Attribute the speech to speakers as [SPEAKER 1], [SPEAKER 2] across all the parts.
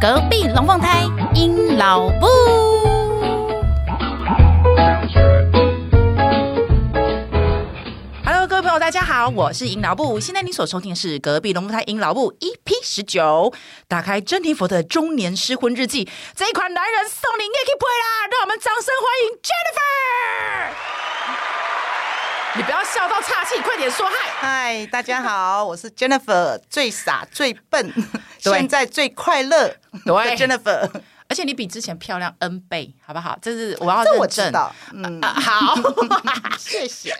[SPEAKER 1] 隔壁龙凤胎鹰老布。Hello，各位朋友，大家好，我是鹰老布。现在你所收听的是《隔壁龙凤胎鹰老布》EP 十九，打开珍妮佛的《中年失婚日记》这一款男人送你 Nicky Boy 啦！让我们掌声欢迎 Jennifer。你不要笑到岔气，快点说嗨！
[SPEAKER 2] 嗨，大家好，我是 Jennifer，最傻最 笨，
[SPEAKER 1] 对
[SPEAKER 2] 现在最快乐的
[SPEAKER 1] 对
[SPEAKER 2] Jennifer。
[SPEAKER 1] 而且你比之前漂亮 N 倍，好不好？这是我要
[SPEAKER 2] 这我
[SPEAKER 1] 认证
[SPEAKER 2] 知道，嗯，
[SPEAKER 1] 啊，好，
[SPEAKER 2] 谢谢。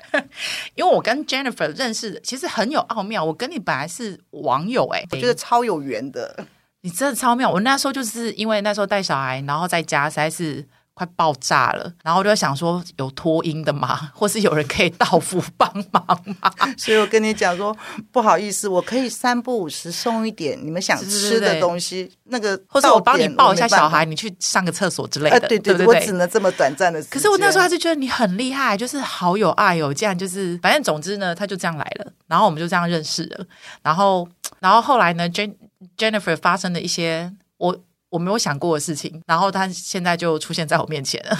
[SPEAKER 1] 因为我跟 Jennifer 认识，其实很有奥妙。我跟你本来是网友、哎，
[SPEAKER 2] 我觉得超有缘的，
[SPEAKER 1] 你真的超妙。我那时候就是因为那时候带小孩，然后在家实在是快爆炸了，然后我就在想说，有脱音的吗？ 或是有人可以到付帮忙 吗？
[SPEAKER 2] 所以我跟你讲说，不好意思，我可以三不五时送一点你们想
[SPEAKER 1] 是是
[SPEAKER 2] 吃
[SPEAKER 1] 对
[SPEAKER 2] 的东西，那个
[SPEAKER 1] 或者我帮你
[SPEAKER 2] 到点
[SPEAKER 1] 抱一下
[SPEAKER 2] 我没办
[SPEAKER 1] 小
[SPEAKER 2] 法
[SPEAKER 1] 孩，。你去上个厕所之类
[SPEAKER 2] 呃，
[SPEAKER 1] 的，
[SPEAKER 2] 对
[SPEAKER 1] 对
[SPEAKER 2] 对，
[SPEAKER 1] 不
[SPEAKER 2] 我只能这么短暂的时间。
[SPEAKER 1] 可是我那时候还是觉得你很厉害，就是好有爱哦，这样就是反正总之呢，他就这样来了，然后我们就这样认识了，然后然后后来呢，Jen Jennifer 发生了一些我我没有想过的事情，然后他现在就出现在我面前了，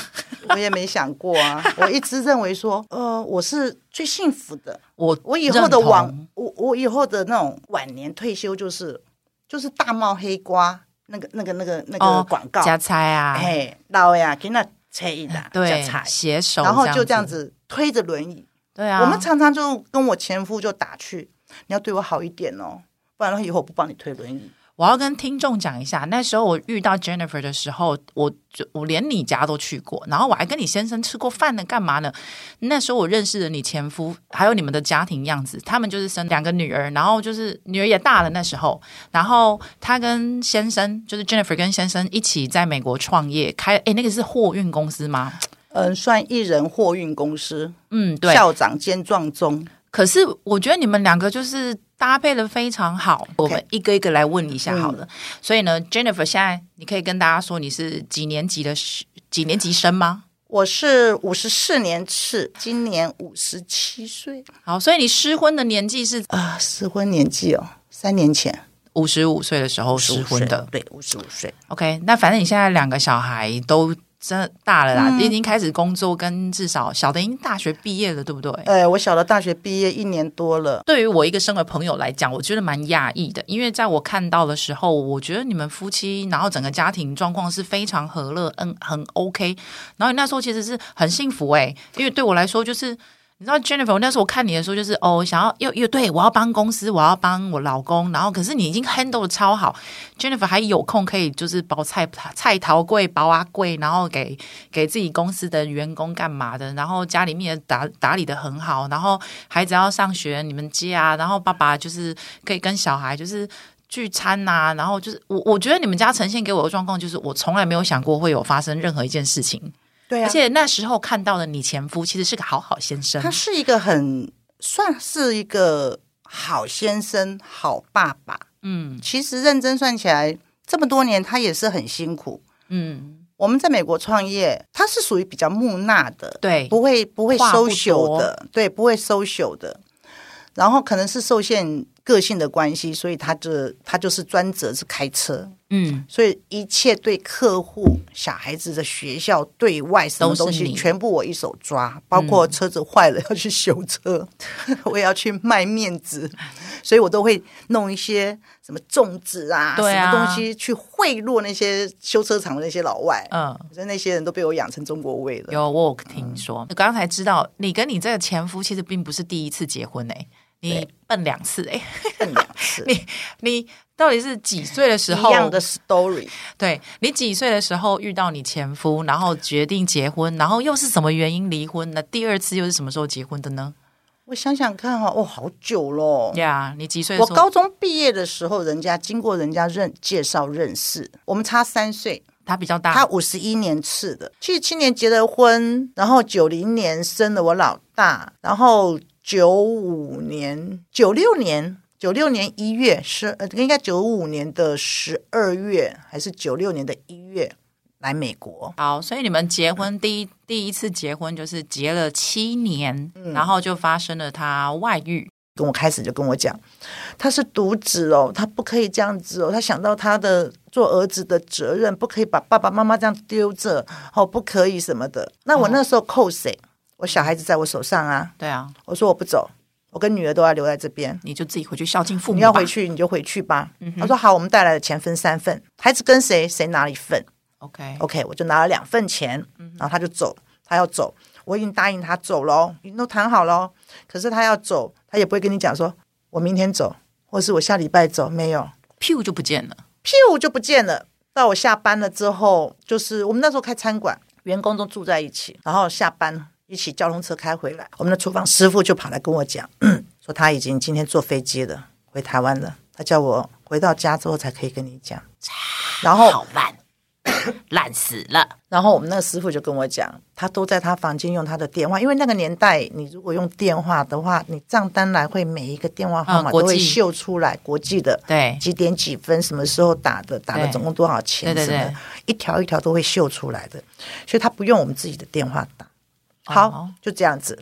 [SPEAKER 2] 我也没想过啊，我一直认为说，呃，我是最幸福的，
[SPEAKER 1] 我
[SPEAKER 2] 我以后
[SPEAKER 1] 认
[SPEAKER 2] 的
[SPEAKER 1] 同
[SPEAKER 2] 晚，我我以后的那种晚年退休就是就是大帽黑瓜那个那个那个那个
[SPEAKER 1] 哦
[SPEAKER 2] 广告，
[SPEAKER 1] 加菜啊，
[SPEAKER 2] 哎，老呀，给那切一打，
[SPEAKER 1] 对
[SPEAKER 2] 加，菜，
[SPEAKER 1] 携手，
[SPEAKER 2] 然后就这样，子推着轮椅，
[SPEAKER 1] 对啊，
[SPEAKER 2] 我们常常就跟我前夫就打去，你要对我好一点哦，不然的话以后我不帮你推轮椅。
[SPEAKER 1] 我要跟听众讲一下，那时候我遇到 Jennifer 的时候，我就我连你家都去过，然后我还跟你先生吃过饭呢，干嘛呢？那时候我认识了你前夫，还有你们的家庭样子，他们就是生两个女儿，然后就是女儿也大了那时候，然后他跟先生就是 Jennifer 跟先生一起在美国创业，开诶那个是货运公司吗？
[SPEAKER 2] 嗯，算一人货运公司
[SPEAKER 1] 嗯，对。
[SPEAKER 2] 校长兼壮中，
[SPEAKER 1] 可是我觉得你们两个就是搭配的非常好。我们一个一个来问一下好
[SPEAKER 2] 嗯
[SPEAKER 1] 了。所以呢，Jennifer，现在你可以跟大家说你是几年级的学几年级生吗？
[SPEAKER 2] 我是五十四年次，今年五十七岁
[SPEAKER 1] 好，所以你失婚的年纪是呃
[SPEAKER 2] 啊，适婚年纪哦，三年前
[SPEAKER 1] 五十五岁的时候失婚的
[SPEAKER 2] 55岁。对，五十五岁。
[SPEAKER 1] OK，那反正你现在两个小孩都真的大了
[SPEAKER 2] 嗯
[SPEAKER 1] 啦，已经开始工作，跟至少小的已经大学毕业了，对不对？
[SPEAKER 2] 呃，我小的大学毕业一年多了，
[SPEAKER 1] 对于我一个身为朋友来讲，我觉得蛮讶异的，因为在我看到的时候，我觉得你们夫妻，然后整个家庭状况是非常和乐，嗯，很 OK。然后你那时候其实是很幸福诶、因为对我来说就是。你知道 Jennifer，我那时候我看你的时候，就是哦，想要又又对我要帮公司，我要帮我老公，然后可是你已经 handle 的超好，Jennifer 还有空可以就是包菜菜桃柜、包啊柜，然后给给自己公司的员工干嘛的，然后家里面也打打理的很好，然后孩子要上学，你们接啊，然后爸爸就是可以跟小孩就是聚餐呐、然后就是我我觉得你们家呈现给我的状况就是我从来没有想过会有发生任何一件事情，
[SPEAKER 2] 对啊
[SPEAKER 1] 而且那时候看到的你前夫其实是个好好先生
[SPEAKER 2] 他，是一个很算是一个好先生、好爸爸。
[SPEAKER 1] 嗯
[SPEAKER 2] 其实认真算起来，这么多年他也是很辛苦。
[SPEAKER 1] 嗯，
[SPEAKER 2] 我们在美国创业，他是属于比较木讷的，
[SPEAKER 1] 对，
[SPEAKER 2] 不会不会
[SPEAKER 1] 话不
[SPEAKER 2] social 的，对，不会 social 的。然后可能是受限个性的关系，所以他就他就是专责是开车，
[SPEAKER 1] 嗯
[SPEAKER 2] 所以一切对客户、小孩子的学校、对外什么东
[SPEAKER 1] 都是
[SPEAKER 2] 西，
[SPEAKER 1] 你
[SPEAKER 2] 全部我一手抓，包括车子坏了要去修车， 我也要去卖面子，所以我都会弄一些什么粽子啊，
[SPEAKER 1] 对啊
[SPEAKER 2] 什么东西去贿赂那些修车厂的那些老外。
[SPEAKER 1] 嗯。
[SPEAKER 2] 可是那些人都被我养成中国味了。
[SPEAKER 1] 有，我有听说。刚才知道你跟你这个前夫其实并不是第一次结婚诶、你奔两次诶、
[SPEAKER 2] 笨两次，
[SPEAKER 1] 你你到底是几岁的时
[SPEAKER 2] 一
[SPEAKER 1] 候？
[SPEAKER 2] 样的 story。
[SPEAKER 1] 对你几岁的时候遇到你前夫，然后决定结婚，然后又是什么原因离婚呢？第二次又是什么时候结婚的呢？
[SPEAKER 2] 我想想看哈、哦，好久咯。
[SPEAKER 1] 呀、你几岁的
[SPEAKER 2] 哦我
[SPEAKER 1] 时候？
[SPEAKER 2] 高中毕业的时候，人家经过人家认介绍认识，我们差三岁，
[SPEAKER 1] 他比较大，
[SPEAKER 2] 他五十一年次的，七十七年结的婚，然后九零年生了我老大，然后九五年、九六年。九六年一月十，呃，应该九五年的十二月还是九六年的一月来美国，
[SPEAKER 1] 好，所以你们结婚第一
[SPEAKER 2] 嗯
[SPEAKER 1] 第一次结婚就是结了七年，然后就发生了他外遇。
[SPEAKER 2] 跟我开始就跟我讲，他是独子哦，他不可以这样子哦，他想到他的做儿子的责任，不可以把爸爸妈妈这样丢着，哦，不可以什么的。那我那时候扣谁？我小孩子在我手上啊，
[SPEAKER 1] 对啊，
[SPEAKER 2] 我说我不走，我跟女儿都要留在这边。
[SPEAKER 1] 你就自己回去孝敬父母吧。
[SPEAKER 2] 你要回去你就回去吧。他说好，我们带来的钱分三份，孩子跟谁谁拿一份。
[SPEAKER 1] ，OK，
[SPEAKER 2] OK，我就拿了两份钱，然后他就走，他要走，我已经答应他走喽，已经都谈好喽。可是他要走，他也不会跟你讲说我明天走，或是我下礼拜走，没有，
[SPEAKER 1] 屁股就不见了。
[SPEAKER 2] 屁就不见了。到我下班了之后，就是我们那时候开餐馆，员工都住在一起，然后下班一起交通车开回来，我们的厨房师傅就跑来跟我讲， 说他已经今天坐飞机了，回台湾了， 他叫我回到家之后才可以跟你讲。然后
[SPEAKER 3] 好 烂，烂死了。
[SPEAKER 2] 然后我们那个师傅就跟我讲，他都在他房间用他的电话，因为那个年代，你如果用电话的话，你账单来会每一个电话号码
[SPEAKER 1] 嗯国
[SPEAKER 2] 都
[SPEAKER 1] 际
[SPEAKER 2] 会秀出来，国际的
[SPEAKER 1] 对
[SPEAKER 2] 几点几分什么时候打的，打了
[SPEAKER 1] 对
[SPEAKER 2] 总共多少钱
[SPEAKER 1] 对对
[SPEAKER 2] 什么的
[SPEAKER 1] 对，
[SPEAKER 2] 一条一条都会秀出来的，所以他不用我们自己的电话打。好
[SPEAKER 1] 哦，
[SPEAKER 2] 就这样子。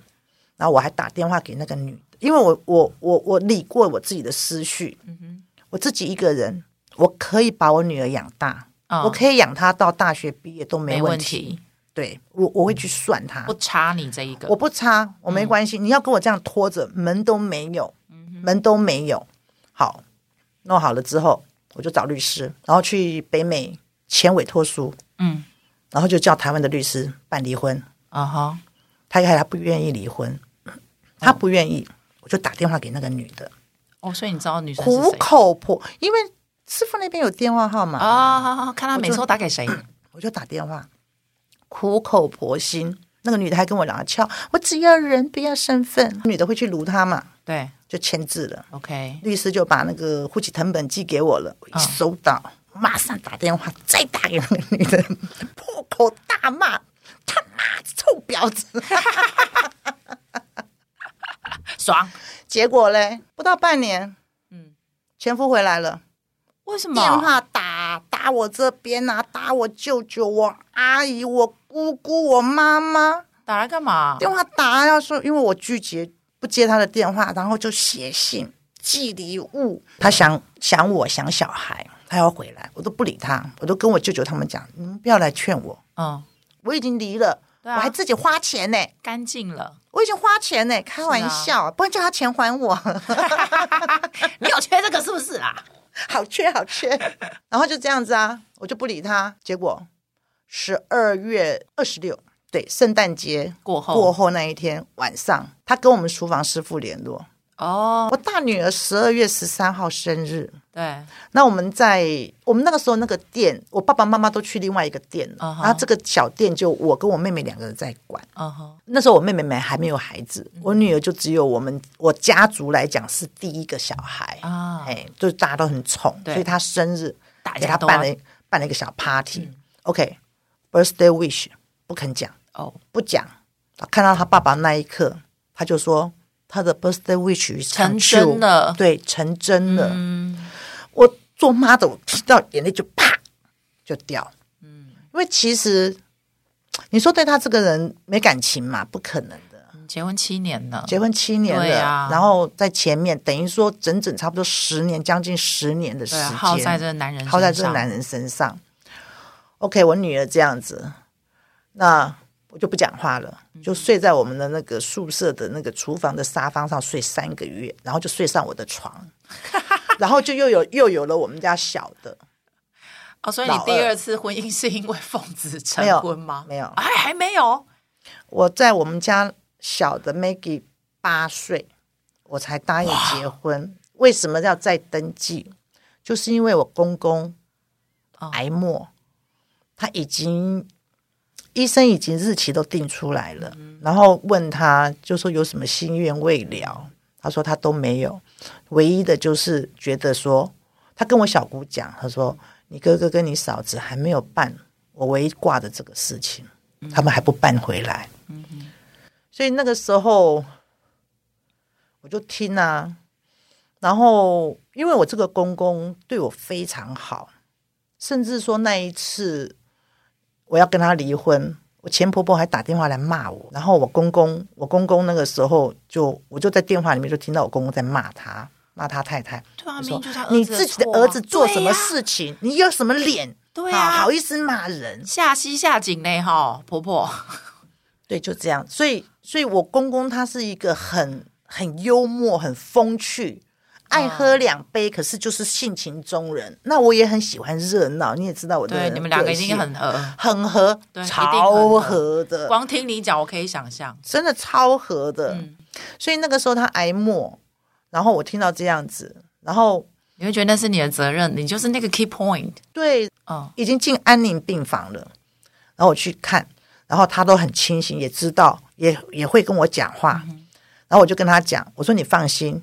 [SPEAKER 2] 然后我还打电话给那个女的，因为我我我我理过我自己的思绪，
[SPEAKER 1] 嗯
[SPEAKER 2] 我自己一个人，我可以把我女儿养大，
[SPEAKER 1] 嗯
[SPEAKER 2] 我可以养她到大学毕业都没
[SPEAKER 1] 没
[SPEAKER 2] 问
[SPEAKER 1] 问
[SPEAKER 2] 题。
[SPEAKER 1] 题，
[SPEAKER 2] 对我我会去算它，
[SPEAKER 1] 不差你这一个。
[SPEAKER 2] 我不差，我
[SPEAKER 1] 嗯
[SPEAKER 2] 没关系。你要跟我这样拖着，门都没有，门都没有。好，弄好了之后，我就找律师，然后去北美签委托书，
[SPEAKER 1] 嗯，
[SPEAKER 2] 然后就叫台湾的律师办离婚。
[SPEAKER 1] 啊哈，
[SPEAKER 2] 他还他不愿意离婚，他不愿意，我就打电话给那个女的，
[SPEAKER 1] 哦，所以你知道女生是
[SPEAKER 2] 苦
[SPEAKER 1] 谁
[SPEAKER 2] 口婆，因为师傅那边有电话号码，
[SPEAKER 1] 啊？好好好，看他每次都打给谁？
[SPEAKER 2] 我就打电话，苦口婆心。那个女的还跟我拿撬，我只要人不要身份。女的会去撸他嘛，
[SPEAKER 1] 对
[SPEAKER 2] 就签字了。
[SPEAKER 1] ，OK，
[SPEAKER 2] 律师就把那个户籍成本寄给我了，我
[SPEAKER 1] 啊
[SPEAKER 2] 一收到，马上打电话再打给那个女的，破口大骂：“他妈臭婊子
[SPEAKER 3] 爽，！”
[SPEAKER 2] 结果嘞，不到半年，嗯
[SPEAKER 1] 嗯，
[SPEAKER 2] 前夫回来了。
[SPEAKER 1] 为什么？
[SPEAKER 2] 电话打打我这边啊，打我舅舅、我阿姨、我姑姑、我妈妈，
[SPEAKER 1] 打来干嘛？
[SPEAKER 2] 电话打要说，因为我拒绝不接他的电话，然后就写信寄礼物，他想想我想小孩，他要回来，我都不理他，我都跟我舅舅他们讲，你们不要来劝我，
[SPEAKER 1] 嗯，
[SPEAKER 2] 我已经离了，
[SPEAKER 1] 对啊
[SPEAKER 2] 我还自己花钱呢、
[SPEAKER 1] 干净 了，
[SPEAKER 2] 我已经花钱呢、开玩笑，
[SPEAKER 1] 啊
[SPEAKER 2] 不然叫他钱还我。
[SPEAKER 3] 你有缺这个是不是啊？
[SPEAKER 2] 好缺好缺， 然后就这样子啊，我就不理他。结果十二月二十六，对，圣诞节
[SPEAKER 1] 过后
[SPEAKER 2] 过后那一天晚上，他跟我们厨房师傅联络。
[SPEAKER 1] 哦，
[SPEAKER 2] 我大女儿十二月十三号生日，
[SPEAKER 1] 对，
[SPEAKER 2] 那我们在我们那个时候那个店，我爸爸妈妈都去另外一个店了，
[SPEAKER 1] 嗯哼
[SPEAKER 2] 然后这个小店就我跟我妹妹两个人在管。
[SPEAKER 1] 嗯哼，
[SPEAKER 2] 那时候我妹妹没还没有孩子，
[SPEAKER 1] 嗯
[SPEAKER 2] 我女儿就只有我们我家族来讲是第一个小孩
[SPEAKER 1] 啊
[SPEAKER 2] 哎，就是大家都很宠，
[SPEAKER 1] 对
[SPEAKER 2] 所以她生日
[SPEAKER 1] 大
[SPEAKER 2] 给她
[SPEAKER 1] 家都啊嗯
[SPEAKER 2] 办
[SPEAKER 1] 要
[SPEAKER 2] 了一办了一个小 party。OK，birthday wish 不肯讲，
[SPEAKER 1] 哦，
[SPEAKER 2] 不讲。看到她爸爸那一刻，她就说她的 birthday wish
[SPEAKER 1] 成
[SPEAKER 2] come true
[SPEAKER 1] 真了嗯
[SPEAKER 2] 对，成真了。我做妈的，我听到眼泪就啪就掉。嗯，因为其实你说对他这个人没感情嘛，不可能的。
[SPEAKER 1] 你结婚七年了，
[SPEAKER 2] 结婚七年
[SPEAKER 1] 嗯对
[SPEAKER 2] 了，
[SPEAKER 1] 啊
[SPEAKER 2] 然后在前面等于说整整差不多十年，将近十年的时
[SPEAKER 1] 对
[SPEAKER 2] 间，
[SPEAKER 1] 啊，耗在这个男人身上，
[SPEAKER 2] 耗在这个男人身上。OK，我女儿这样子，那我就不讲话了，
[SPEAKER 1] 嗯
[SPEAKER 2] 就睡在我们的那个宿舍的那个厨房的沙发上睡三个月，然后就睡上我的床，然后就又有又有了我们家小的，
[SPEAKER 1] 哦，所以你
[SPEAKER 2] 老二
[SPEAKER 1] 第二次婚姻是因为奉子成
[SPEAKER 2] 没有
[SPEAKER 1] 婚吗？
[SPEAKER 2] 没有
[SPEAKER 1] 哎，还没有，
[SPEAKER 2] 我在我们家小的 Maggie 八岁，我才答应结婚。为什么要再登记？就是因为我公公
[SPEAKER 1] 哦
[SPEAKER 2] 癌末，他已经医生已经日期都定出来了，然后问他就说有什么心愿未了，他说他都没有，唯一的就是觉得说，他跟我小姑讲，他说你哥哥跟你嫂子还没有办我唯一挂的这个事情，他们还不办回来，所以那个时候我就听啊，然后因为我这个公公对我非常好，甚至说那一次我要跟他离婚，我前婆婆还打电话来骂我，然后我公公，我公公那个时候就我就在电话里面就听到我公公在骂他，骂他太太，
[SPEAKER 1] 对啊，
[SPEAKER 2] 就
[SPEAKER 1] 明明
[SPEAKER 2] 说
[SPEAKER 1] 就是他
[SPEAKER 2] 你
[SPEAKER 1] 儿子
[SPEAKER 2] 自己的
[SPEAKER 1] 错啊
[SPEAKER 2] 儿子做什
[SPEAKER 1] 对
[SPEAKER 2] 么？
[SPEAKER 1] 呀啊
[SPEAKER 2] 事情，你有什么脸？
[SPEAKER 1] 对啊
[SPEAKER 2] 好意思骂人？
[SPEAKER 1] 下西下井嘞哈，婆婆，
[SPEAKER 2] 对，就这样。所以，所以我公公他是一个很很幽默、很风趣，爱
[SPEAKER 1] 哦
[SPEAKER 2] 喝两杯，可是就是性情中人。那我也很喜欢热闹，你也知道我的
[SPEAKER 1] 对，你们两个一定
[SPEAKER 2] 性
[SPEAKER 1] 很合，
[SPEAKER 2] 很合
[SPEAKER 1] 对，一定很
[SPEAKER 2] 超合的，
[SPEAKER 1] 光听你讲，我可以想象，
[SPEAKER 2] 真的超合的。
[SPEAKER 1] 嗯
[SPEAKER 2] 所以那个时候他挨骂，然后我听到这样子，然后
[SPEAKER 1] 你会觉得那是你的责任，你就是那个 key point，
[SPEAKER 2] 对
[SPEAKER 1] 嗯，
[SPEAKER 2] 已经进安宁病房了，然后我去看，然后他都很清醒，也知道，也也会跟我讲话，然后我就跟他讲，我说你放心，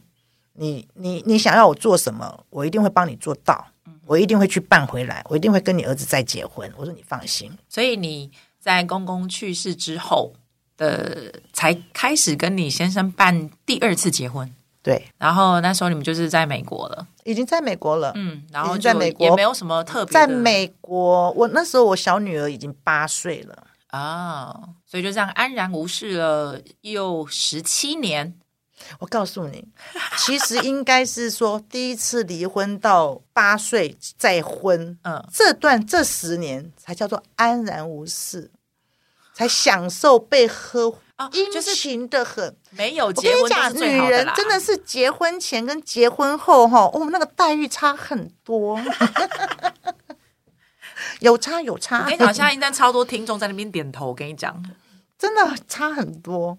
[SPEAKER 2] 你你你想要我做什么，我一定会帮你做到，我一定会去办回来，我一定会跟你儿子再结婚，我说你放心。
[SPEAKER 1] 所以你在公公去世之后的，才开始跟你先生办第二次结婚，
[SPEAKER 2] 对，
[SPEAKER 1] 然后那时候你们就是在美国了，
[SPEAKER 2] 已经在美国了。
[SPEAKER 1] 嗯，然后
[SPEAKER 2] 已
[SPEAKER 1] 就
[SPEAKER 2] 经在美国
[SPEAKER 1] 也没有什么特别的，
[SPEAKER 2] 在美国，我那时候我小女儿已经八岁了，
[SPEAKER 1] 啊、哦，所以就这样安然无事了又十七年，
[SPEAKER 2] 我告诉你，其实应该是说第一次离婚到八岁再婚，
[SPEAKER 1] 嗯，
[SPEAKER 2] 这段这十年才叫做安然无事，才享受被呵护
[SPEAKER 1] 哦，
[SPEAKER 2] 殷
[SPEAKER 1] 就是
[SPEAKER 2] 勤的很。
[SPEAKER 1] 没有
[SPEAKER 2] 我
[SPEAKER 1] 结
[SPEAKER 2] 跟你
[SPEAKER 1] 婚就
[SPEAKER 2] 讲
[SPEAKER 1] 是，
[SPEAKER 2] 女
[SPEAKER 1] 最好
[SPEAKER 2] 人
[SPEAKER 1] 啦，
[SPEAKER 2] 真的是结婚前跟结婚后哈，哦，那个待遇差很多， 有差有
[SPEAKER 1] 我
[SPEAKER 2] 差
[SPEAKER 1] 跟你，讲，现在应该超多听众在那边点头。我跟你讲，
[SPEAKER 2] 真的差很多，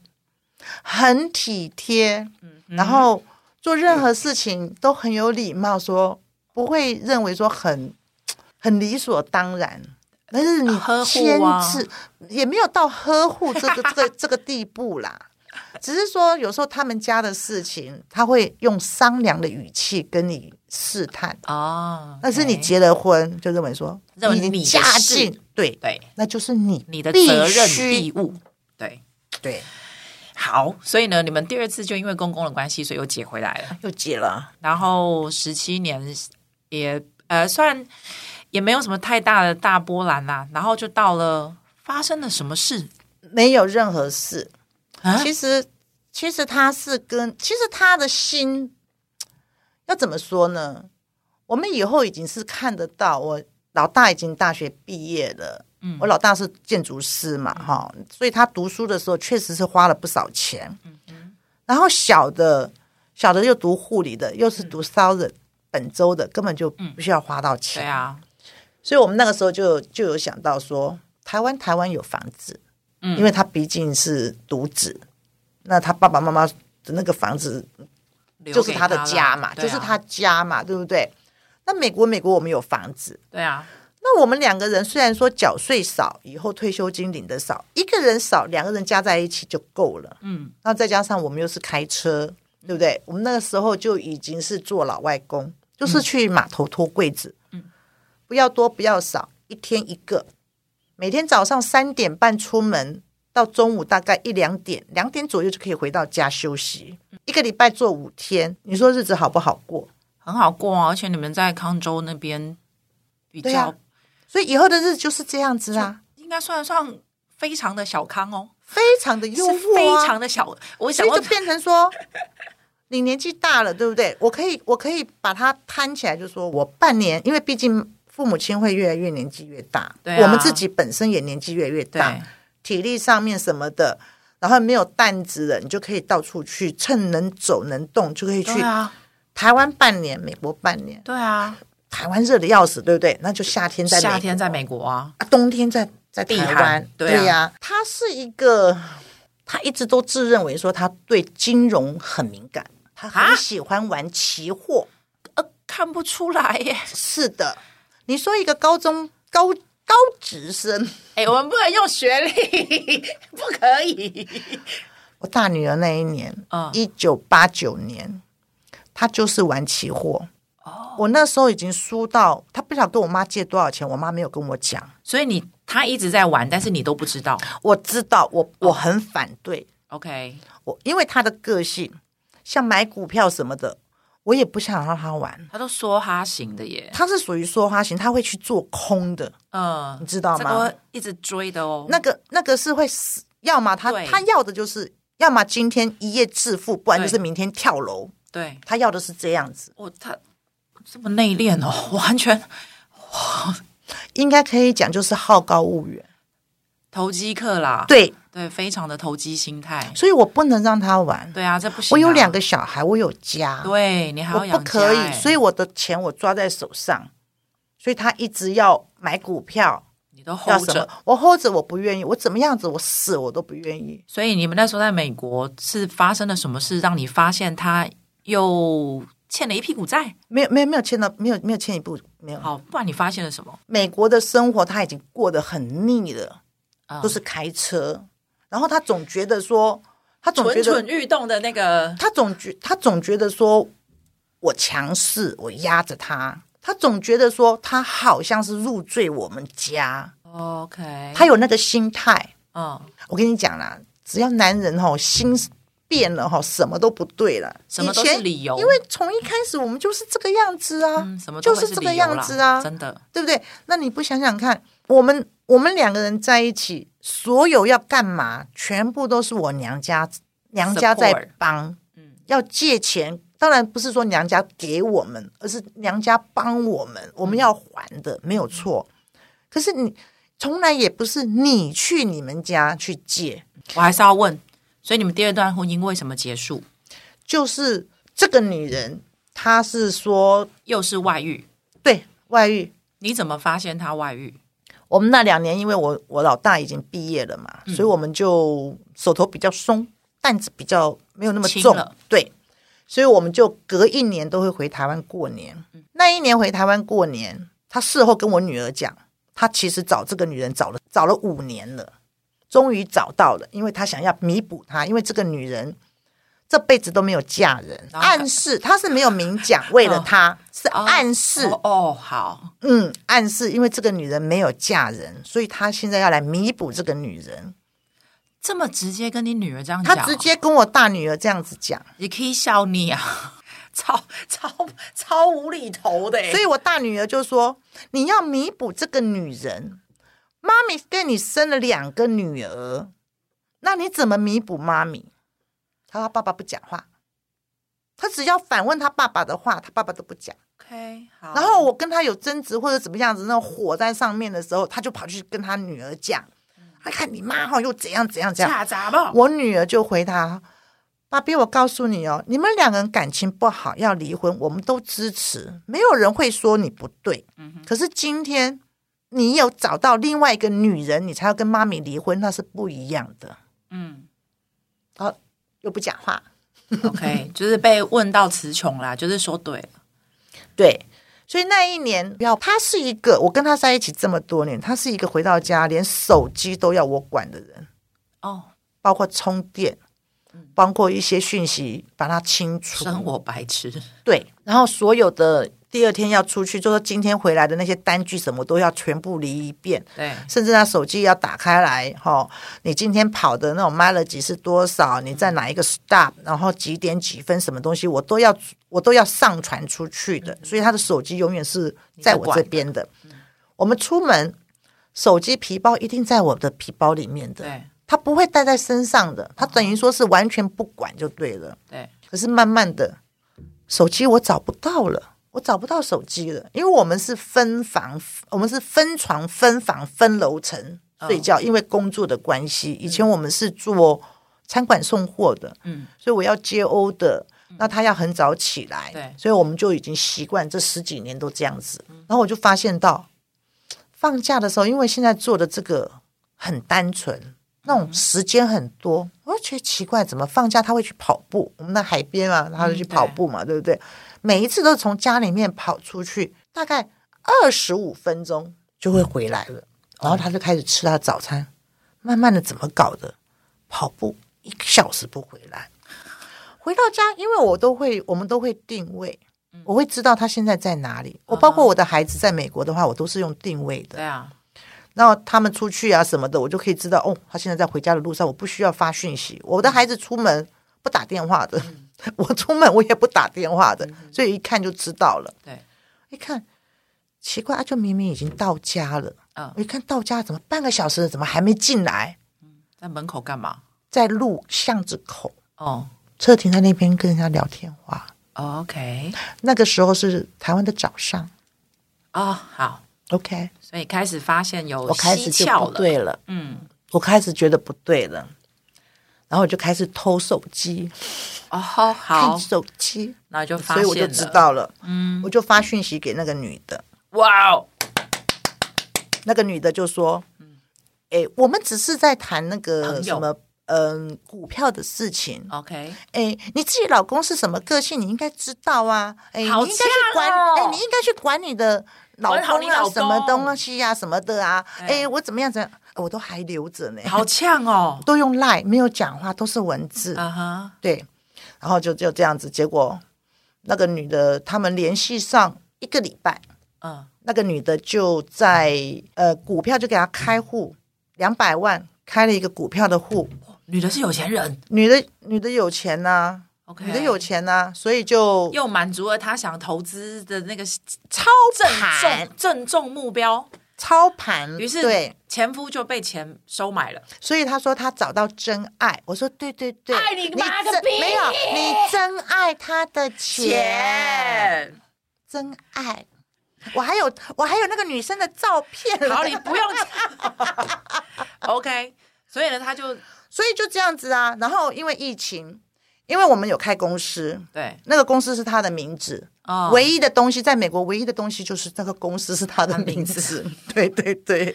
[SPEAKER 2] 很体贴，
[SPEAKER 1] 嗯
[SPEAKER 2] 然后做任何事情都很有礼貌，说不会认为说很很理所当然。但是你
[SPEAKER 1] 呵护
[SPEAKER 2] 牵
[SPEAKER 1] 啊
[SPEAKER 2] 制、也没有到呵护这个 这个这个地步啦，只是说有时候他们家的事情，他会用商量的语气跟你试探。
[SPEAKER 1] 哦，
[SPEAKER 2] 但是你
[SPEAKER 1] OK
[SPEAKER 2] 结了婚，就认为说
[SPEAKER 1] 认为
[SPEAKER 2] 你已
[SPEAKER 1] 你
[SPEAKER 2] 经
[SPEAKER 1] 的
[SPEAKER 2] 嫁
[SPEAKER 1] 事
[SPEAKER 2] 进，对，
[SPEAKER 1] 对
[SPEAKER 2] 那就是你
[SPEAKER 1] 你的
[SPEAKER 2] 必
[SPEAKER 1] 责任
[SPEAKER 2] 须
[SPEAKER 1] 义务，对，
[SPEAKER 2] 对，
[SPEAKER 1] 好，所以呢，你们第二次就因为公公的关系，所以又结回来了。
[SPEAKER 2] 又结了。
[SPEAKER 1] 然后十七年也呃，虽然也没有什么太大的大波澜啦、然后就到了发生了什么事
[SPEAKER 2] 没有任何事。
[SPEAKER 1] 啊？
[SPEAKER 2] 其实，其实他是跟，其实他的心要怎么说呢？我们以后已经是看得到，我老大已经大学毕业了，嗯，我老大是建筑师嘛，哈、所以他读书的时候确实是花了不少钱，嗯然后小的，小的又读护理的，又是读烧的。本州的根本就不需要花到
[SPEAKER 1] 对
[SPEAKER 2] 钱，
[SPEAKER 1] 啊，
[SPEAKER 2] 所以我们那个时候就就有想到说，台湾台湾有房子，
[SPEAKER 1] 嗯
[SPEAKER 2] 因为他毕竟是独子，那他爸爸妈妈的那个房子就
[SPEAKER 1] 留
[SPEAKER 2] 是
[SPEAKER 1] 给
[SPEAKER 2] 他
[SPEAKER 1] 他
[SPEAKER 2] 的
[SPEAKER 1] 啦
[SPEAKER 2] 家嘛，
[SPEAKER 1] 对啊
[SPEAKER 2] 就是他家嘛，对不对？那美国美国我们有房子，
[SPEAKER 1] 对啊，
[SPEAKER 2] 那我们两个人虽然说缴税少，以后退休金领的少，一个人少，两个人加在一起就够了。
[SPEAKER 1] 嗯，
[SPEAKER 2] 那再加上我们又是开车，对不对？我们那个时候就已经是做老外工，就是去码头拖柜子，嗯，不要多不要少，一天一个，每天早上三点半出门，到中午大概一两点，两点左右就可以回到家休息。一个礼拜做五天，你说日子好不好过？
[SPEAKER 1] 很好过啊。而且你们在康州那边比
[SPEAKER 2] 对啊
[SPEAKER 1] 较、
[SPEAKER 2] 所以以后的日子就是这样子啊，
[SPEAKER 1] 应该算得上非常的小康哦，
[SPEAKER 2] 非常的幽
[SPEAKER 1] 是
[SPEAKER 2] 默、啊，
[SPEAKER 1] 非常的小。我
[SPEAKER 2] 所
[SPEAKER 1] 想
[SPEAKER 2] 以
[SPEAKER 1] 要
[SPEAKER 2] 就变成说，你年纪大了，对不对？我可以，我可以把它摊起来，就说我半年，因为毕竟父母亲会越来越年纪越大，
[SPEAKER 1] 对啊
[SPEAKER 2] 我们自己本身也年纪越来越大
[SPEAKER 1] 对，
[SPEAKER 2] 体力上面什么的，然后没有担子了，你就可以到处去，趁能走能动就可以去。
[SPEAKER 1] 对啊，
[SPEAKER 2] 台湾半年，美国半年，
[SPEAKER 1] 对啊，
[SPEAKER 2] 台湾热的要死，对不对？那就夏天在美
[SPEAKER 1] 夏天
[SPEAKER 2] 国
[SPEAKER 1] 在美国啊，
[SPEAKER 2] 啊，冬天在在
[SPEAKER 1] 避
[SPEAKER 2] 台
[SPEAKER 1] 寒
[SPEAKER 2] 湾，
[SPEAKER 1] 对啊
[SPEAKER 2] 呀、他是一个，他一直都自认为说他对金融很敏感，他
[SPEAKER 1] 啊
[SPEAKER 2] 很喜欢玩期货。
[SPEAKER 1] 呃，看不出来耶。
[SPEAKER 2] 是的，你说一个高中高高职生，
[SPEAKER 1] 哎、我们不能用学历， 不可以。
[SPEAKER 2] 我大女儿那一年
[SPEAKER 1] 嗯，
[SPEAKER 2] 一九八九年，她就是玩期货。
[SPEAKER 1] 哦
[SPEAKER 2] 我那时候已经输到，她不想跟我妈借多少钱，我妈没有跟我讲。
[SPEAKER 1] 所以你他一直在玩，但是你都不知道。
[SPEAKER 2] 我知道，我我很反对，
[SPEAKER 1] OK，
[SPEAKER 2] 我因为他的个性，像买股票什么的，我也不想让他玩。
[SPEAKER 1] 他都说哈型的耶，
[SPEAKER 2] 他是属于说花型，他会去做空的，
[SPEAKER 1] 嗯，
[SPEAKER 2] 你知道
[SPEAKER 1] 这
[SPEAKER 2] 吗？
[SPEAKER 1] 个会一直追的哦。
[SPEAKER 2] 那个那个是会死，要么他
[SPEAKER 1] 对
[SPEAKER 2] 他要的就是，要么今天一夜致富，不然
[SPEAKER 1] 对
[SPEAKER 2] 就是明天跳楼。
[SPEAKER 1] 对，
[SPEAKER 2] 他要的是这样子，
[SPEAKER 1] 我他这么内敛哦， 完全
[SPEAKER 2] 应该可以讲就是好高骛远。
[SPEAKER 1] 投机客啦，
[SPEAKER 2] 对，
[SPEAKER 1] 对，非常的投机心态。
[SPEAKER 2] 所以我不能让他玩。
[SPEAKER 1] 对啊，这不行啊、
[SPEAKER 2] 我有两个小孩，我有家，
[SPEAKER 1] 对你还要
[SPEAKER 2] 我
[SPEAKER 1] 养
[SPEAKER 2] 不可
[SPEAKER 1] 家
[SPEAKER 2] 以，
[SPEAKER 1] 欸
[SPEAKER 2] 所以我的钱我抓在手上，所以他一直要买股票，
[SPEAKER 1] 你都
[SPEAKER 2] 要
[SPEAKER 1] hold
[SPEAKER 2] 什么
[SPEAKER 1] 着。？
[SPEAKER 2] 我 hold 着，我不愿意，我怎么样子，我死我都不愿意。
[SPEAKER 1] 所以你们那时候在美国是发生了什么事，让你发现他又欠了一屁股债？
[SPEAKER 2] 没有没有没有欠到没有没有欠一步没有。
[SPEAKER 1] 好，不然你发现了什么？
[SPEAKER 2] 美国的生活他已经过得很腻了，
[SPEAKER 1] 啊
[SPEAKER 2] 都是开车，然后他总觉得说，他总觉
[SPEAKER 1] 蠢
[SPEAKER 2] 得
[SPEAKER 1] 蠢欲动的那个，
[SPEAKER 2] 他总觉他总觉得说我强势，我压着他，他总觉得说他好像是入赘我们家，
[SPEAKER 1] 哦 OK，
[SPEAKER 2] 他有那个心态。
[SPEAKER 1] 嗯，
[SPEAKER 2] 我跟你讲啦，只要男人吼心变了吼，什么都不对了，
[SPEAKER 1] 什么都
[SPEAKER 2] 以前
[SPEAKER 1] 是理由
[SPEAKER 2] 因为从一开始我们就是这个样子啊，
[SPEAKER 1] 哦嗯，什么
[SPEAKER 2] 就
[SPEAKER 1] 都会
[SPEAKER 2] 这个
[SPEAKER 1] 理由
[SPEAKER 2] 样
[SPEAKER 1] 啦
[SPEAKER 2] 子啊，
[SPEAKER 1] 真的，
[SPEAKER 2] 对不对？那你不想想看，我们我们两个人在一起，所有要干嘛，全部都是我娘家娘家在
[SPEAKER 1] Support
[SPEAKER 2] 帮，
[SPEAKER 1] 嗯
[SPEAKER 2] 要借钱。当然不是说娘家给我们，而是娘家帮我
[SPEAKER 1] 嗯
[SPEAKER 2] 们，我们要还的，没有错。可是你从来也不是你去你们家去借，
[SPEAKER 1] 我还是要问，所以你们第二段婚姻为什么结束？
[SPEAKER 2] 就是这个女人，她是说
[SPEAKER 1] 又是外遇，
[SPEAKER 2] 对外遇，
[SPEAKER 1] 你怎么发现他外遇？
[SPEAKER 2] 我们那两年，因为我我老大已经毕业了嘛，
[SPEAKER 1] 嗯
[SPEAKER 2] 所以我们就手头比较松，担子比较没有那么
[SPEAKER 1] 轻
[SPEAKER 2] 重
[SPEAKER 1] 了，
[SPEAKER 2] 对，所以我们就隔一年都会回台湾过年。
[SPEAKER 1] 嗯
[SPEAKER 2] 那一年回台湾过年，他事后跟我女儿讲，他其实找这个女人找了找了五年了，终于找到了，因为他想要弥补她，因为这个女人。这辈子都没有嫁人，
[SPEAKER 1] 然后他
[SPEAKER 2] 暗示他是没有明讲，为了
[SPEAKER 1] 哦
[SPEAKER 2] 他、是
[SPEAKER 1] 哦
[SPEAKER 2] 暗示
[SPEAKER 1] 哦哦，好，
[SPEAKER 2] 嗯，暗示因为这个女人没有嫁人，所以他现在要来弥补这个女人。
[SPEAKER 1] 这么直接跟你女儿这样
[SPEAKER 2] 他
[SPEAKER 1] 讲，
[SPEAKER 2] 直接跟我大女儿这样子讲，
[SPEAKER 1] 也可以笑你啊， 超超超无厘头的欸
[SPEAKER 2] 所以我大女儿就说：“你要弥补这个女人，妈咪跟你生了两个女儿，那你怎么弥补妈咪？”他说他爸爸不讲话，他只要反问他爸爸的话，他爸爸都不讲。
[SPEAKER 1] OK，好，
[SPEAKER 2] 然后我跟他有争执或者怎么样子，那种火在上面的时候，他就跑去跟他女儿讲：“他看你妈哈又怎样怎样怎样。”
[SPEAKER 1] 恰杂吧，
[SPEAKER 2] 我女儿就回答：“爸比，我告诉你哦，你们两个人感情不好要离婚，我们都支持，没有人会说你不对。
[SPEAKER 1] 嗯
[SPEAKER 2] 可是今天你有找到另外一个女人，你才要跟妈咪离婚，那是不一样的。
[SPEAKER 1] 嗯
[SPEAKER 2] 啊，又不讲话，
[SPEAKER 1] ，OK，就是被问到词穷啦，就是说对了，
[SPEAKER 2] 对。所以那一年，要他是一个，我跟他在一起这么多年，他是一个回到家连手机都要我管的人。
[SPEAKER 1] 哦，
[SPEAKER 2] 包括充电，包括一些讯息，把它清
[SPEAKER 1] 嗯
[SPEAKER 2] 除。
[SPEAKER 1] 生活白痴，
[SPEAKER 2] 对，然后所有的第二天要出去，就说今天回来的那些单据什么都要全部理一遍，
[SPEAKER 1] 对，
[SPEAKER 2] 甚至他手机要打开来，哈、你今天跑的那种 mileage 是多少？你在哪一个 stop？然后几点几分？什么东西我都要我都要上传出去的，所以他的手机永远是在我这边的。我们出门，手机皮包一定在我的皮包里面的，
[SPEAKER 1] 对
[SPEAKER 2] 他不会带在身上的，他等于说是完全不管就对了。
[SPEAKER 1] 对，
[SPEAKER 2] 可是慢慢的，手机我找不到了，我找不到手机了，因为我们是分房，我们是分床、分房、分楼层睡觉，因为工作的关系，以前我们是做餐馆送货的，
[SPEAKER 1] 嗯，
[SPEAKER 2] 所以我要接欧的。那他要很早起来，
[SPEAKER 1] 对
[SPEAKER 2] 所以我们就已经习惯这十几年都这样子。然后我就发现到，放假的时候，因为现在做的这个很单纯，那种时间很多，我就觉得奇怪，怎么放假他会去跑步？我们那海边嘛，他就去跑步嘛，对不对？每一次都从家里面跑出去，大概二十五分钟就会回来了，然后他就开始吃他的早餐，慢慢的怎么搞的，跑步一个小时不回来，回到家，因为我都会，我们都会定位。我会知道他现在在哪里。我包括我的孩子在美国的话，我都是用定位的
[SPEAKER 1] 对。啊，
[SPEAKER 2] 然后他们出去啊什么的，我就可以知道哦，他现在在回家的路上，我不需要发讯息。我的孩子出门不打电话的， 我出门我也不打电话的，所以一看就知道了。
[SPEAKER 1] 对，
[SPEAKER 2] 一看奇怪，啊阿就明明已经到家了，
[SPEAKER 1] 嗯
[SPEAKER 2] 我一看到家怎么半个小时了怎么还没进来？
[SPEAKER 1] 在门口干嘛？
[SPEAKER 2] 在路巷子口
[SPEAKER 1] 哦、
[SPEAKER 2] 车停在那边跟人家聊天话。
[SPEAKER 1] o k
[SPEAKER 2] 那个时候是台湾的早上
[SPEAKER 1] 哦、好，
[SPEAKER 2] ，OK，
[SPEAKER 1] 所以开始发现有
[SPEAKER 2] 我开始
[SPEAKER 1] 蹊
[SPEAKER 2] 就
[SPEAKER 1] 跷
[SPEAKER 2] 不
[SPEAKER 1] 了，
[SPEAKER 2] 对了，
[SPEAKER 1] 嗯，
[SPEAKER 2] 我开始觉得不对了，然后我就开始偷手机，
[SPEAKER 1] 哦、好
[SPEAKER 2] 看
[SPEAKER 1] 好，
[SPEAKER 2] 手机，
[SPEAKER 1] 那就发现
[SPEAKER 2] 所以
[SPEAKER 1] 了，
[SPEAKER 2] 我就知，道了，嗯，我就发讯息给那个女的，
[SPEAKER 1] 哇哦，
[SPEAKER 2] 那个女的就说：“哎、我们只是在谈那
[SPEAKER 1] 嗯朋
[SPEAKER 2] 个
[SPEAKER 1] 友
[SPEAKER 2] 什么，嗯、股票的事情。
[SPEAKER 1] OK，
[SPEAKER 2] 哎、你自己老公是什么个性，你应该知道啊。哎、
[SPEAKER 1] 好
[SPEAKER 2] 你应该去管，
[SPEAKER 1] 呛
[SPEAKER 2] 哎、
[SPEAKER 1] 哦
[SPEAKER 2] 你应该去管你的老
[SPEAKER 1] 管好
[SPEAKER 2] 公
[SPEAKER 1] 你
[SPEAKER 2] 啊，
[SPEAKER 1] 老
[SPEAKER 2] 什么
[SPEAKER 1] 公
[SPEAKER 2] 东西啊，什么的啊。哎、
[SPEAKER 1] 哎
[SPEAKER 2] 我怎么样怎么样，哎我都还留着呢，
[SPEAKER 1] 好呛哦，
[SPEAKER 2] 都用赖，没有讲话，都是文字。
[SPEAKER 1] 啊哈，
[SPEAKER 2] 对，然后就就这样子，结果那个女的他们联系上一个礼拜。”
[SPEAKER 1] 嗯，
[SPEAKER 2] 那个女的就在呃股票就给她开户两百万，开了一个股票的户。
[SPEAKER 1] 女的是有钱人
[SPEAKER 2] 女的女的有钱呐、
[SPEAKER 1] ，OK，
[SPEAKER 2] 女的有钱呐、所以就
[SPEAKER 1] 又满足了他想投资的那个
[SPEAKER 2] 操
[SPEAKER 1] 正
[SPEAKER 2] 盘
[SPEAKER 1] 中正中目标，
[SPEAKER 2] 操盘，
[SPEAKER 1] 于是
[SPEAKER 2] 对，
[SPEAKER 1] 前夫就被钱收买了。
[SPEAKER 2] 所以她说她找到真爱。我说对对对，
[SPEAKER 3] 爱你妈个
[SPEAKER 2] 真
[SPEAKER 3] 逼
[SPEAKER 2] 没有，你真爱她的钱，
[SPEAKER 1] 钱，
[SPEAKER 2] 真爱。我还有我还有那个女生的照片，
[SPEAKER 1] 好，你不用 OK。所以呢，他就
[SPEAKER 2] 所以就这样子啊。然后因为疫情，因为我们有开公司，
[SPEAKER 1] 对
[SPEAKER 2] 那个公司是他的名字，
[SPEAKER 1] 哦
[SPEAKER 2] 唯一的东西，在美国唯一的东西就是那个公司是他的名字。 对对对，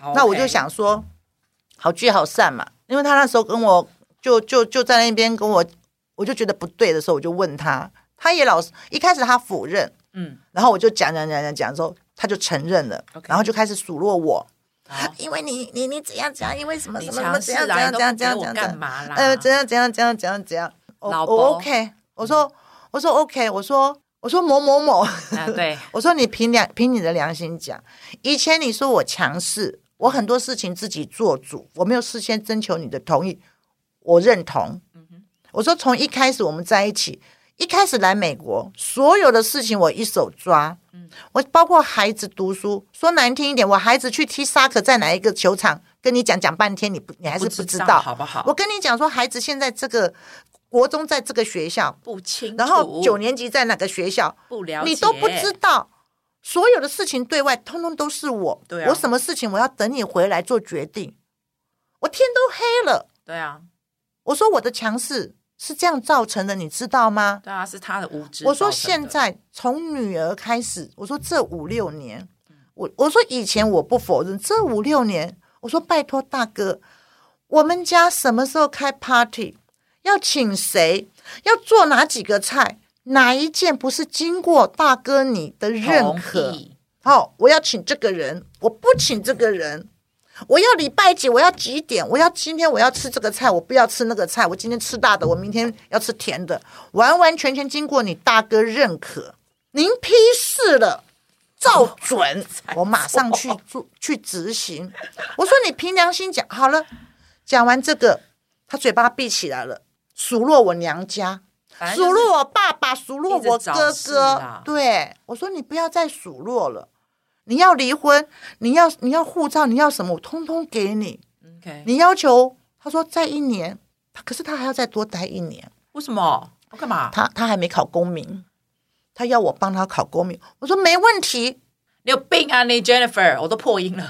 [SPEAKER 1] 好
[SPEAKER 2] 那我
[SPEAKER 1] OK
[SPEAKER 2] 就想说，好聚好散嘛，因为他那时候跟我就就就在那边跟我，我就觉得不对的时候，我就问他，他也老是一开始他否认，
[SPEAKER 1] 嗯，
[SPEAKER 2] 然后我就讲讲讲讲讲之后，他就承认了
[SPEAKER 1] OK
[SPEAKER 2] 然后就开始数落我。
[SPEAKER 1] 好
[SPEAKER 2] 因为你你你怎样怎样，因为什么
[SPEAKER 1] 啊你
[SPEAKER 2] 什么什么
[SPEAKER 1] 强势
[SPEAKER 2] 怎样怎
[SPEAKER 1] 啦，
[SPEAKER 2] 样
[SPEAKER 1] 你都
[SPEAKER 2] 怎
[SPEAKER 1] 不给
[SPEAKER 2] 样怎样
[SPEAKER 1] 我
[SPEAKER 2] 怎
[SPEAKER 1] 干
[SPEAKER 2] 样，
[SPEAKER 1] 嘛啦？
[SPEAKER 2] 呃，怎样怎样怎样怎样怎样，我
[SPEAKER 1] 老
[SPEAKER 2] 我
[SPEAKER 1] 伯
[SPEAKER 2] OK，我说我说 OK，我说我说某某某，
[SPEAKER 1] 啊，对，
[SPEAKER 2] 我说你凭良凭你的良心讲，以前你说我强势，我很多事情自己做主，我没有事先征求你的同意，我认同。我说从一开始我们在一起，一开始来美国，所有的事情我一手抓。我包括孩子读书，说难听一点，我孩子去踢沙可在哪一个球场，跟你讲讲半天，你不你还是
[SPEAKER 1] 不
[SPEAKER 2] 不知道。
[SPEAKER 1] 道好不好？
[SPEAKER 2] 我跟你讲说，孩子现在这个国中在这个学校，
[SPEAKER 1] 不清楚，
[SPEAKER 2] 然后九年级在哪个学校，
[SPEAKER 1] 不了解，
[SPEAKER 2] 你都不知道，所有的事情对外通通都是我。
[SPEAKER 1] 对啊
[SPEAKER 2] 我什么事情我要等你回来做决定。我天都黑了，
[SPEAKER 1] 对啊，
[SPEAKER 2] 我说我的强势是这样造成的，你知道吗？
[SPEAKER 1] 对啊，是他的无知。
[SPEAKER 2] 我说现，在从女儿开始，我说这五六年，我我说以前我不否认，这五六年，我说拜托大哥，我们家什么时候开 party，要请谁，要做哪几个菜，哪一件不是经过大哥你的认
[SPEAKER 1] 同
[SPEAKER 2] 可？
[SPEAKER 1] 意
[SPEAKER 2] 好、我要请这个人，我不请这个人，我要礼拜几，我要几点，我要今天我要吃这个菜，我不要吃那个菜，我今天吃大的，我明天要吃甜的，完完全全经过你大哥认可，您批示了。照准，我马上去做去执行。我说你凭良心讲好了，讲完这个，他嘴巴闭起来了，数落我娘家，
[SPEAKER 1] 反正就是
[SPEAKER 2] 数落我爸爸，数落
[SPEAKER 1] 一直
[SPEAKER 2] 我
[SPEAKER 1] 找
[SPEAKER 2] 哥
[SPEAKER 1] 事
[SPEAKER 2] 哥
[SPEAKER 1] 啦。
[SPEAKER 2] 对，我说你不要再数落了，你要离婚，你要你要护照，你要什么，我通通给你。
[SPEAKER 1] OK，
[SPEAKER 2] 你要求，他说再一年，他可是他还要再多待一年，
[SPEAKER 1] 为什么？我干嘛？
[SPEAKER 2] 他他还没考公民，他要我帮他考公民。我说没问题，
[SPEAKER 1] 你有病啊你 Jennifer！我都破音 了，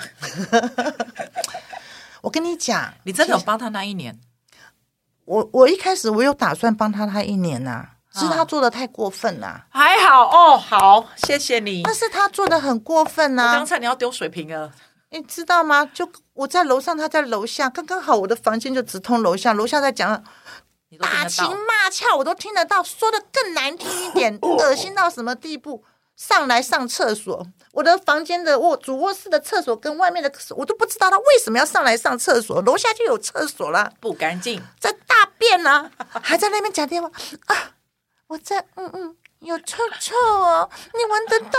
[SPEAKER 2] 我跟你讲，
[SPEAKER 1] 你真的有帮他那一年？
[SPEAKER 2] 我我一开始我有打算帮他他一年呐、是他
[SPEAKER 1] 啊
[SPEAKER 2] 做的太过分啦、
[SPEAKER 1] 还好哦，好，谢谢你。
[SPEAKER 2] 但是他做的很过分啊呐、
[SPEAKER 1] 刚才你要丢水瓶了，
[SPEAKER 2] 你知道吗？就我在楼上，他在楼下，刚刚好我的房间就直通楼下，楼下在讲
[SPEAKER 1] 你都听
[SPEAKER 2] 打
[SPEAKER 1] 得
[SPEAKER 2] 情
[SPEAKER 1] 到。
[SPEAKER 2] 骂俏，我都听得到，说的更难听一点，恶心到什么地步？上来上厕所，我的房间的卧主卧室的厕所跟外面的，我都不知道他为什么要上来上厕所，楼下就有厕所啦。
[SPEAKER 1] 不干净，
[SPEAKER 2] 在大便呢、 还在那边讲电话啊！我在嗯嗯，有臭臭哦，你闻得到？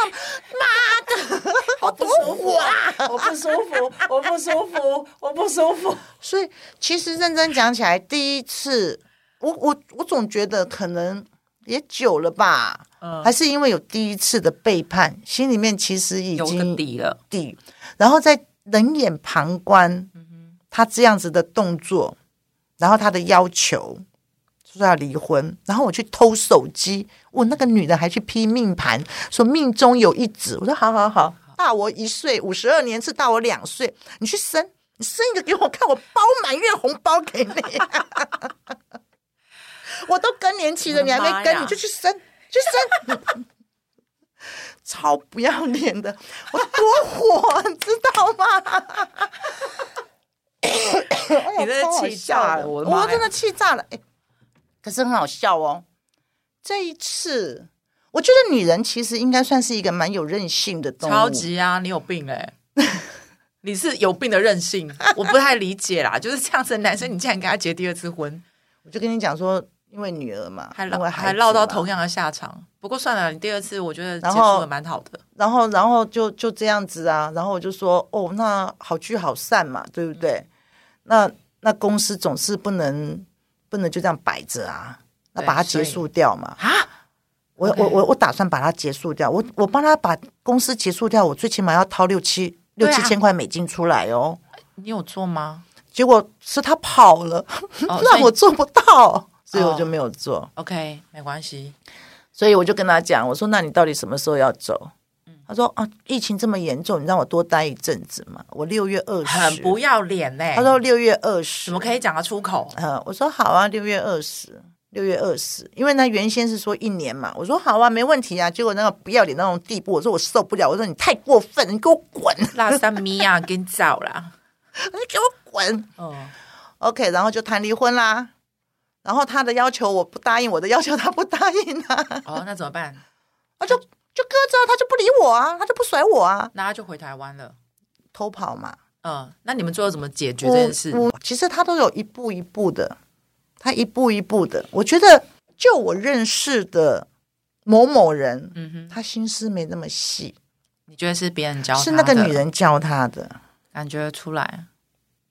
[SPEAKER 2] 妈 的，好多火啊！
[SPEAKER 1] 我不舒服，我不舒服，我不舒服。
[SPEAKER 2] 所以其实认真讲起来，第一次我我我总觉得可能也久了吧，
[SPEAKER 1] 嗯
[SPEAKER 2] 还是因为有第一次的背叛，心里面其实已
[SPEAKER 1] 有
[SPEAKER 2] 经
[SPEAKER 1] 个底了，
[SPEAKER 2] 底，然后再冷眼旁观、他这样子的动作，然后他的要求说要离婚，然后我去偷手机，我那个女的还去批命盘，说命中有一子，我说好好好，大我一岁，五十二年是大我两岁，你去生。你生一个给我看，我包满月红包给 你。我都更年期了，你还没
[SPEAKER 1] 我的
[SPEAKER 2] 更，
[SPEAKER 1] 妈呀
[SPEAKER 2] 你就去生，去生。超不要脸的，我多火，你知道吗？哎 呀
[SPEAKER 1] 你真的
[SPEAKER 2] 哎超好
[SPEAKER 1] 气
[SPEAKER 2] 笑
[SPEAKER 1] 炸
[SPEAKER 2] 的
[SPEAKER 1] 了我的妈呀
[SPEAKER 2] 我真的气炸了。哎、可是很好笑哦。这一次，我觉得女人其实应该算是一个蛮有韧性的动物，
[SPEAKER 1] 超级啊，你有病嘞、 你是有病的任性，我不太理解啦。就是这样子的男生，你竟然跟他结第二次婚，
[SPEAKER 2] 我就跟你讲说，因为女儿嘛，
[SPEAKER 1] 还
[SPEAKER 2] 因
[SPEAKER 1] 落
[SPEAKER 2] 为孩
[SPEAKER 1] 还
[SPEAKER 2] 子啊
[SPEAKER 1] 落到
[SPEAKER 2] 嘛
[SPEAKER 1] 同样的下场。不过算了，你第二次我觉得
[SPEAKER 2] 然
[SPEAKER 1] 结
[SPEAKER 2] 后
[SPEAKER 1] 束的蛮好的。
[SPEAKER 2] 然后然后就就这样子啊，然后我就说哦，那好聚好散嘛，对不对？那那公司总是不能不能就这样摆着啊，那
[SPEAKER 1] 对
[SPEAKER 2] 把它
[SPEAKER 1] 所
[SPEAKER 2] 结
[SPEAKER 1] 以
[SPEAKER 2] 束掉嘛。
[SPEAKER 1] 啊，
[SPEAKER 2] 我
[SPEAKER 1] OK
[SPEAKER 2] 我我我打算把它结束掉，我我帮他把公司结束掉，我最起码要掏六七六
[SPEAKER 1] 对啊
[SPEAKER 2] 七千块美金出来哦。
[SPEAKER 1] 你有做吗
[SPEAKER 2] 结果是他跑了，
[SPEAKER 1] 哦所
[SPEAKER 2] 让
[SPEAKER 1] 以
[SPEAKER 2] 我做不到，所以我
[SPEAKER 1] 哦
[SPEAKER 2] 就没有做。
[SPEAKER 1] ？OK，没关系。
[SPEAKER 2] 所以我就跟他讲，我说那你到底什么时候要走？
[SPEAKER 1] 嗯
[SPEAKER 2] 他说啊，疫情这么严重，你让我多待一阵子嘛。我六月二十，
[SPEAKER 1] 很不要脸嘞、
[SPEAKER 2] 他说六月二
[SPEAKER 1] 怎
[SPEAKER 2] 十
[SPEAKER 1] 么，可以讲得出口？
[SPEAKER 2] 呃，我说好啊，六月二十，六月二十，因为呢原先是说一年嘛，我说好啊，没问题啊。结果那个不要脸那种地步，我说我受不了，我说你太过分，你给我滚，你
[SPEAKER 1] 拉萨米亚跟早 啦，
[SPEAKER 2] 给我滚。
[SPEAKER 1] 嗯，
[SPEAKER 2] OK，然后就谈离婚啦。然后他的要求我不答应，我的要求他不答应啊，
[SPEAKER 1] 哦，那怎么办？
[SPEAKER 2] 我就就搁着，他就不理我啊，他就不甩我啊，
[SPEAKER 1] 那他就回台湾了。
[SPEAKER 2] 偷跑嘛。
[SPEAKER 1] 嗯，那你们最后怎么解决这件事？
[SPEAKER 2] 我我其实他都有一步一步的，他一步一步的。我觉得，就我认识的某某人，
[SPEAKER 1] 嗯哼，
[SPEAKER 2] 他心思没那么细，
[SPEAKER 1] 你觉得是别人教他
[SPEAKER 2] 是那个
[SPEAKER 1] 的
[SPEAKER 2] 女人教他的，
[SPEAKER 1] 感觉出来，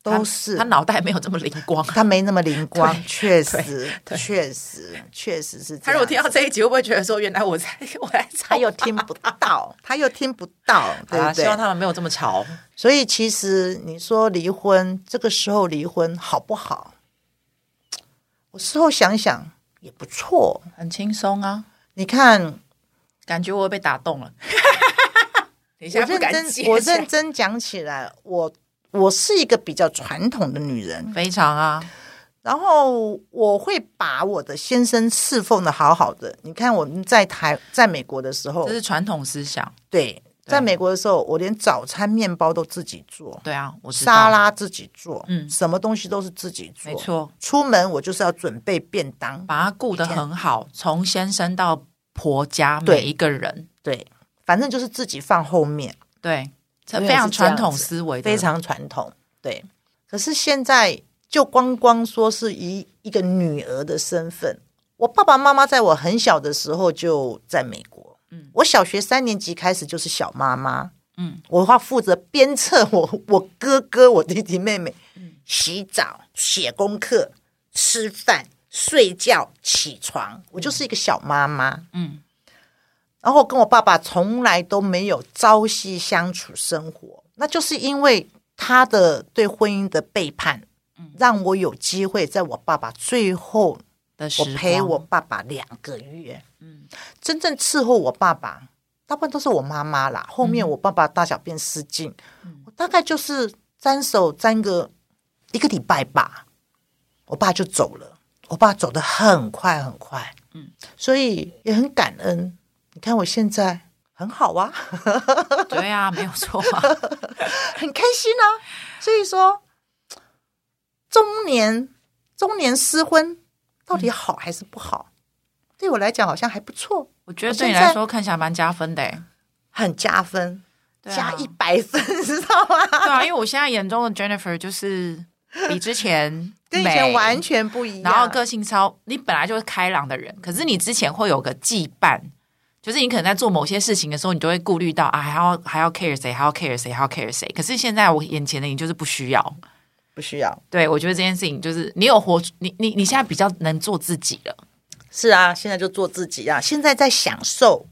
[SPEAKER 2] 都是
[SPEAKER 1] 他脑袋没有这么灵光。
[SPEAKER 2] 他没那么灵 光，确实，
[SPEAKER 1] 对
[SPEAKER 2] 确实，确实是这
[SPEAKER 1] 他如果听
[SPEAKER 2] 样。
[SPEAKER 1] 到这一集，会不会觉得说，原来我在 我在
[SPEAKER 2] 他
[SPEAKER 1] 吵？
[SPEAKER 2] 又听不 到，他又听不到，
[SPEAKER 1] 好
[SPEAKER 2] 对
[SPEAKER 1] 啦
[SPEAKER 2] 不
[SPEAKER 1] 希望
[SPEAKER 2] 对？
[SPEAKER 1] 他们没有这么吵。
[SPEAKER 2] 所以其实你说离婚，这个时候离婚好不好？我事后想想也不错。
[SPEAKER 1] 很轻松啊，
[SPEAKER 2] 你看，
[SPEAKER 1] 感觉我被打动 了。你现
[SPEAKER 2] 我
[SPEAKER 1] 在不敢
[SPEAKER 2] 认真，
[SPEAKER 1] 接，
[SPEAKER 2] 我认真讲起来，我我是一个比较传统的女人，
[SPEAKER 1] 非常啊，
[SPEAKER 2] 然后我会把我的先生侍奉的好好的。你看我们在台在美国的时候
[SPEAKER 1] 这，是传统思想。
[SPEAKER 2] 对，在美国的时候，我连早餐面包都自己做，
[SPEAKER 1] 对啊，我知道
[SPEAKER 2] 沙，拉自己做，
[SPEAKER 1] 嗯
[SPEAKER 2] 什么东西都是自己做。
[SPEAKER 1] 没，错，
[SPEAKER 2] 出门我就是要准备便当，
[SPEAKER 1] 把他顾得很好，从先生到婆家
[SPEAKER 2] 对
[SPEAKER 1] 每一个人，
[SPEAKER 2] 对，反正就是自己放后面，
[SPEAKER 1] 对，这
[SPEAKER 2] 永远
[SPEAKER 1] 非常
[SPEAKER 2] 是这样
[SPEAKER 1] 传统
[SPEAKER 2] 子
[SPEAKER 1] 思维的，
[SPEAKER 2] 非常传统。对，可是现在就光光说是以一个女儿的身份，我爸爸妈妈在我很小的时候就在美国，嗯，我小学三年级开始就是小妈妈，
[SPEAKER 1] 嗯，
[SPEAKER 2] 我的话负责鞭策我我哥哥、我弟弟、妹妹，洗澡、写功课、吃饭、睡觉、起床，我就是一个小妈妈，
[SPEAKER 1] 嗯，
[SPEAKER 2] 然后跟我爸爸从来都没有朝夕相处生活，那就是因为他的对婚姻的背叛，让我有机会在我爸爸最后，
[SPEAKER 1] 的时
[SPEAKER 2] 我
[SPEAKER 1] 光嗯
[SPEAKER 2] 陪我爸爸两个月，真正伺候我爸爸，大部分都是我妈妈啦。后
[SPEAKER 1] 嗯
[SPEAKER 2] 面我爸爸大小便失禁，我大概就是沾手沾个一个礼拜吧，我爸就走了。我爸走得很快很快，嗯，所以也很感恩。你看我现在很好啊，
[SPEAKER 1] 对啊，没有错 啊，
[SPEAKER 2] 很开心啊。所以说，中年中年失婚到底好还是不好？对我来讲好像还不错，
[SPEAKER 1] 我觉得
[SPEAKER 2] 我
[SPEAKER 1] 对你
[SPEAKER 2] 现在
[SPEAKER 1] 来说看起来蛮加分的欸，
[SPEAKER 2] 很加分，
[SPEAKER 1] 对啊
[SPEAKER 2] 加一百分， 知道吗？
[SPEAKER 1] 对啊，因为我现在眼中的 Jennifer 就是比之前
[SPEAKER 2] 跟以前
[SPEAKER 1] 美
[SPEAKER 2] 完全不一样。
[SPEAKER 1] 然后个性超，你本来就是开朗的人，可是你之前会有个羁绊，就是你可能在做某些事情的时候，你都会顾虑到啊，还要还要 care 谁，还要 care 谁，还要 care 谁。可是现在我眼前的你就是不需要，
[SPEAKER 2] 不需要。
[SPEAKER 1] 对，我觉得这件事情就是你有活出，你你你现在比较能做自己了。
[SPEAKER 2] 是啊，现在就做自己啊，现在在享受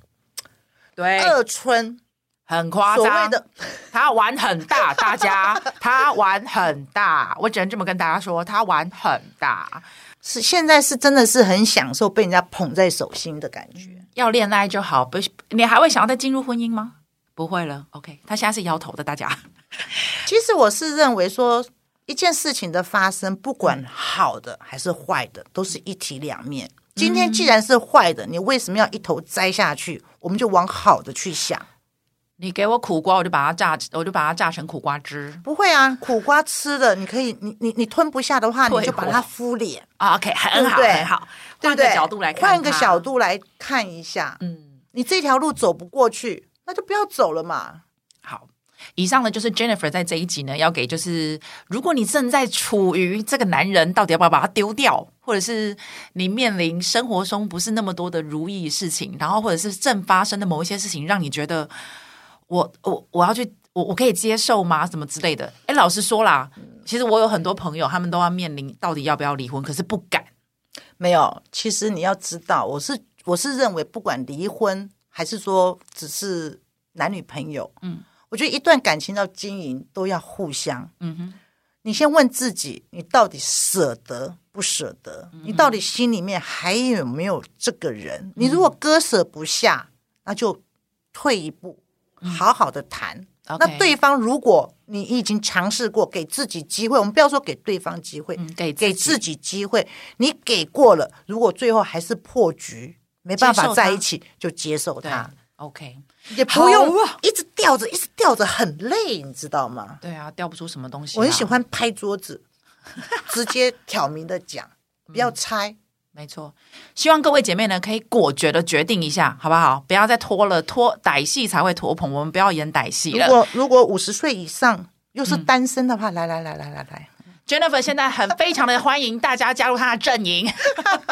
[SPEAKER 1] 对
[SPEAKER 2] 二春，
[SPEAKER 1] 很哎夸
[SPEAKER 2] 呃所
[SPEAKER 1] 张。
[SPEAKER 2] 谓的
[SPEAKER 1] 他玩很大，大家他玩很大，我只能这么跟大家说，他玩很大。
[SPEAKER 2] 是现在是真的是很享受被人家捧在手心的感觉。
[SPEAKER 1] 要恋爱就好，不，你还会想要再进入婚姻吗？不会了，OK。他现在是摇头的，大家。
[SPEAKER 2] 其实我是认为说，一件事情的发生，不管好的还是坏的，都是一体两面。
[SPEAKER 1] 嗯
[SPEAKER 2] 今天既然是坏的，你为什么要一头栽下去？我们就往好的去想。
[SPEAKER 1] 你给我苦瓜，我就把它榨，我就把它榨成苦瓜汁。
[SPEAKER 2] 不会啊，苦瓜吃了，你可以，你你你吞不下的话，
[SPEAKER 1] 退
[SPEAKER 2] 你就把
[SPEAKER 1] 火
[SPEAKER 2] 它敷脸，
[SPEAKER 1] 啊 OK，很好，
[SPEAKER 2] 对不对
[SPEAKER 1] 很好。
[SPEAKER 2] 对
[SPEAKER 1] 换
[SPEAKER 2] 不
[SPEAKER 1] 个
[SPEAKER 2] 对？
[SPEAKER 1] 角度来看，
[SPEAKER 2] 换个角，度来看一下，
[SPEAKER 1] 嗯，
[SPEAKER 2] 你这条路走不过去，那就不要走了嘛。
[SPEAKER 1] 好。以上呢，就是 Jennifer 在这一集呢，要给就是，如果你正在处于这个男人到底要不要把他丢掉，或者是你面临生活中不是那么多的如意事情，然后或者是正发生的某一些事情，让你觉得我我我要去我我可以接受吗？什么之类的？哎，老实说啦，其实我有很多朋友，他们都要面临到底要不要离婚，可是不敢。
[SPEAKER 2] 没有，其实你要知道，我是我是认为，不管离婚还是说只是男女朋友，嗯，我觉得一段感情要经营，都要互相。
[SPEAKER 1] 嗯哼，
[SPEAKER 2] 你先问自己，你到底舍得不舍得？你到底心里面还有没有这个人？你如果割舍不下，那就退一步，好好的谈。
[SPEAKER 1] OK
[SPEAKER 2] 那对方，如果你已经尝试过，给自己机会，我们不要说给对方机会，
[SPEAKER 1] 嗯给自己
[SPEAKER 2] 给自己机会，你给过了，如果最后还是破局，没办
[SPEAKER 1] 接
[SPEAKER 2] 法
[SPEAKER 1] 受
[SPEAKER 2] 在
[SPEAKER 1] 他
[SPEAKER 2] 一起，就接受
[SPEAKER 1] 对
[SPEAKER 2] 他，
[SPEAKER 1] ，OK，
[SPEAKER 2] 也不用
[SPEAKER 1] 好啊
[SPEAKER 2] 一直吊着，一直吊着很累，你知道吗？
[SPEAKER 1] 对啊，掉不出什么东西。
[SPEAKER 2] 我很喜，欢拍桌子， 直接挑明的讲，
[SPEAKER 1] 嗯
[SPEAKER 2] 不要猜。
[SPEAKER 1] 没错。希望各位姐妹呢，可以果决的决定一下，好不好？不要再拖了，拖歹戏才会拖捧。我们不要演歹戏
[SPEAKER 2] 如
[SPEAKER 1] 了。
[SPEAKER 2] 果如果五十岁以上
[SPEAKER 1] 嗯
[SPEAKER 2] 又是单身的话，来来来来来来，
[SPEAKER 1] Jennifer 现在很非常的欢迎大家加入她的阵营。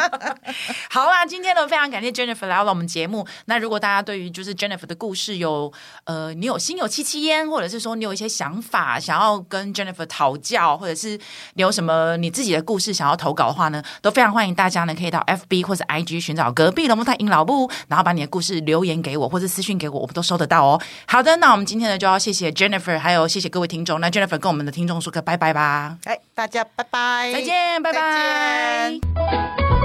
[SPEAKER 1] 好啦，今天呢非常感谢 Jennifer 来到我们节目。那如果大家对于就是 Jennifer 的故事有呃你有心有戚戚焉，或者是说你有一些想法想要跟 Jennifer 讨教，或者是你有什么你自己的故事想要投稿的话呢，都非常欢迎大家呢可以到 FB 或是 IG 寻找隔壁龙木太英老布，然后把你的故事留言给我，或是私讯给我，我们都收得到哦。好的，那我们今天呢就要谢谢 Jennifer，还有谢谢各位听众。那 Jennifer 跟我们的听众说个拜拜吧。
[SPEAKER 2] 哎，大家拜拜，
[SPEAKER 1] 再见，拜
[SPEAKER 2] 再
[SPEAKER 1] 拜
[SPEAKER 2] 见。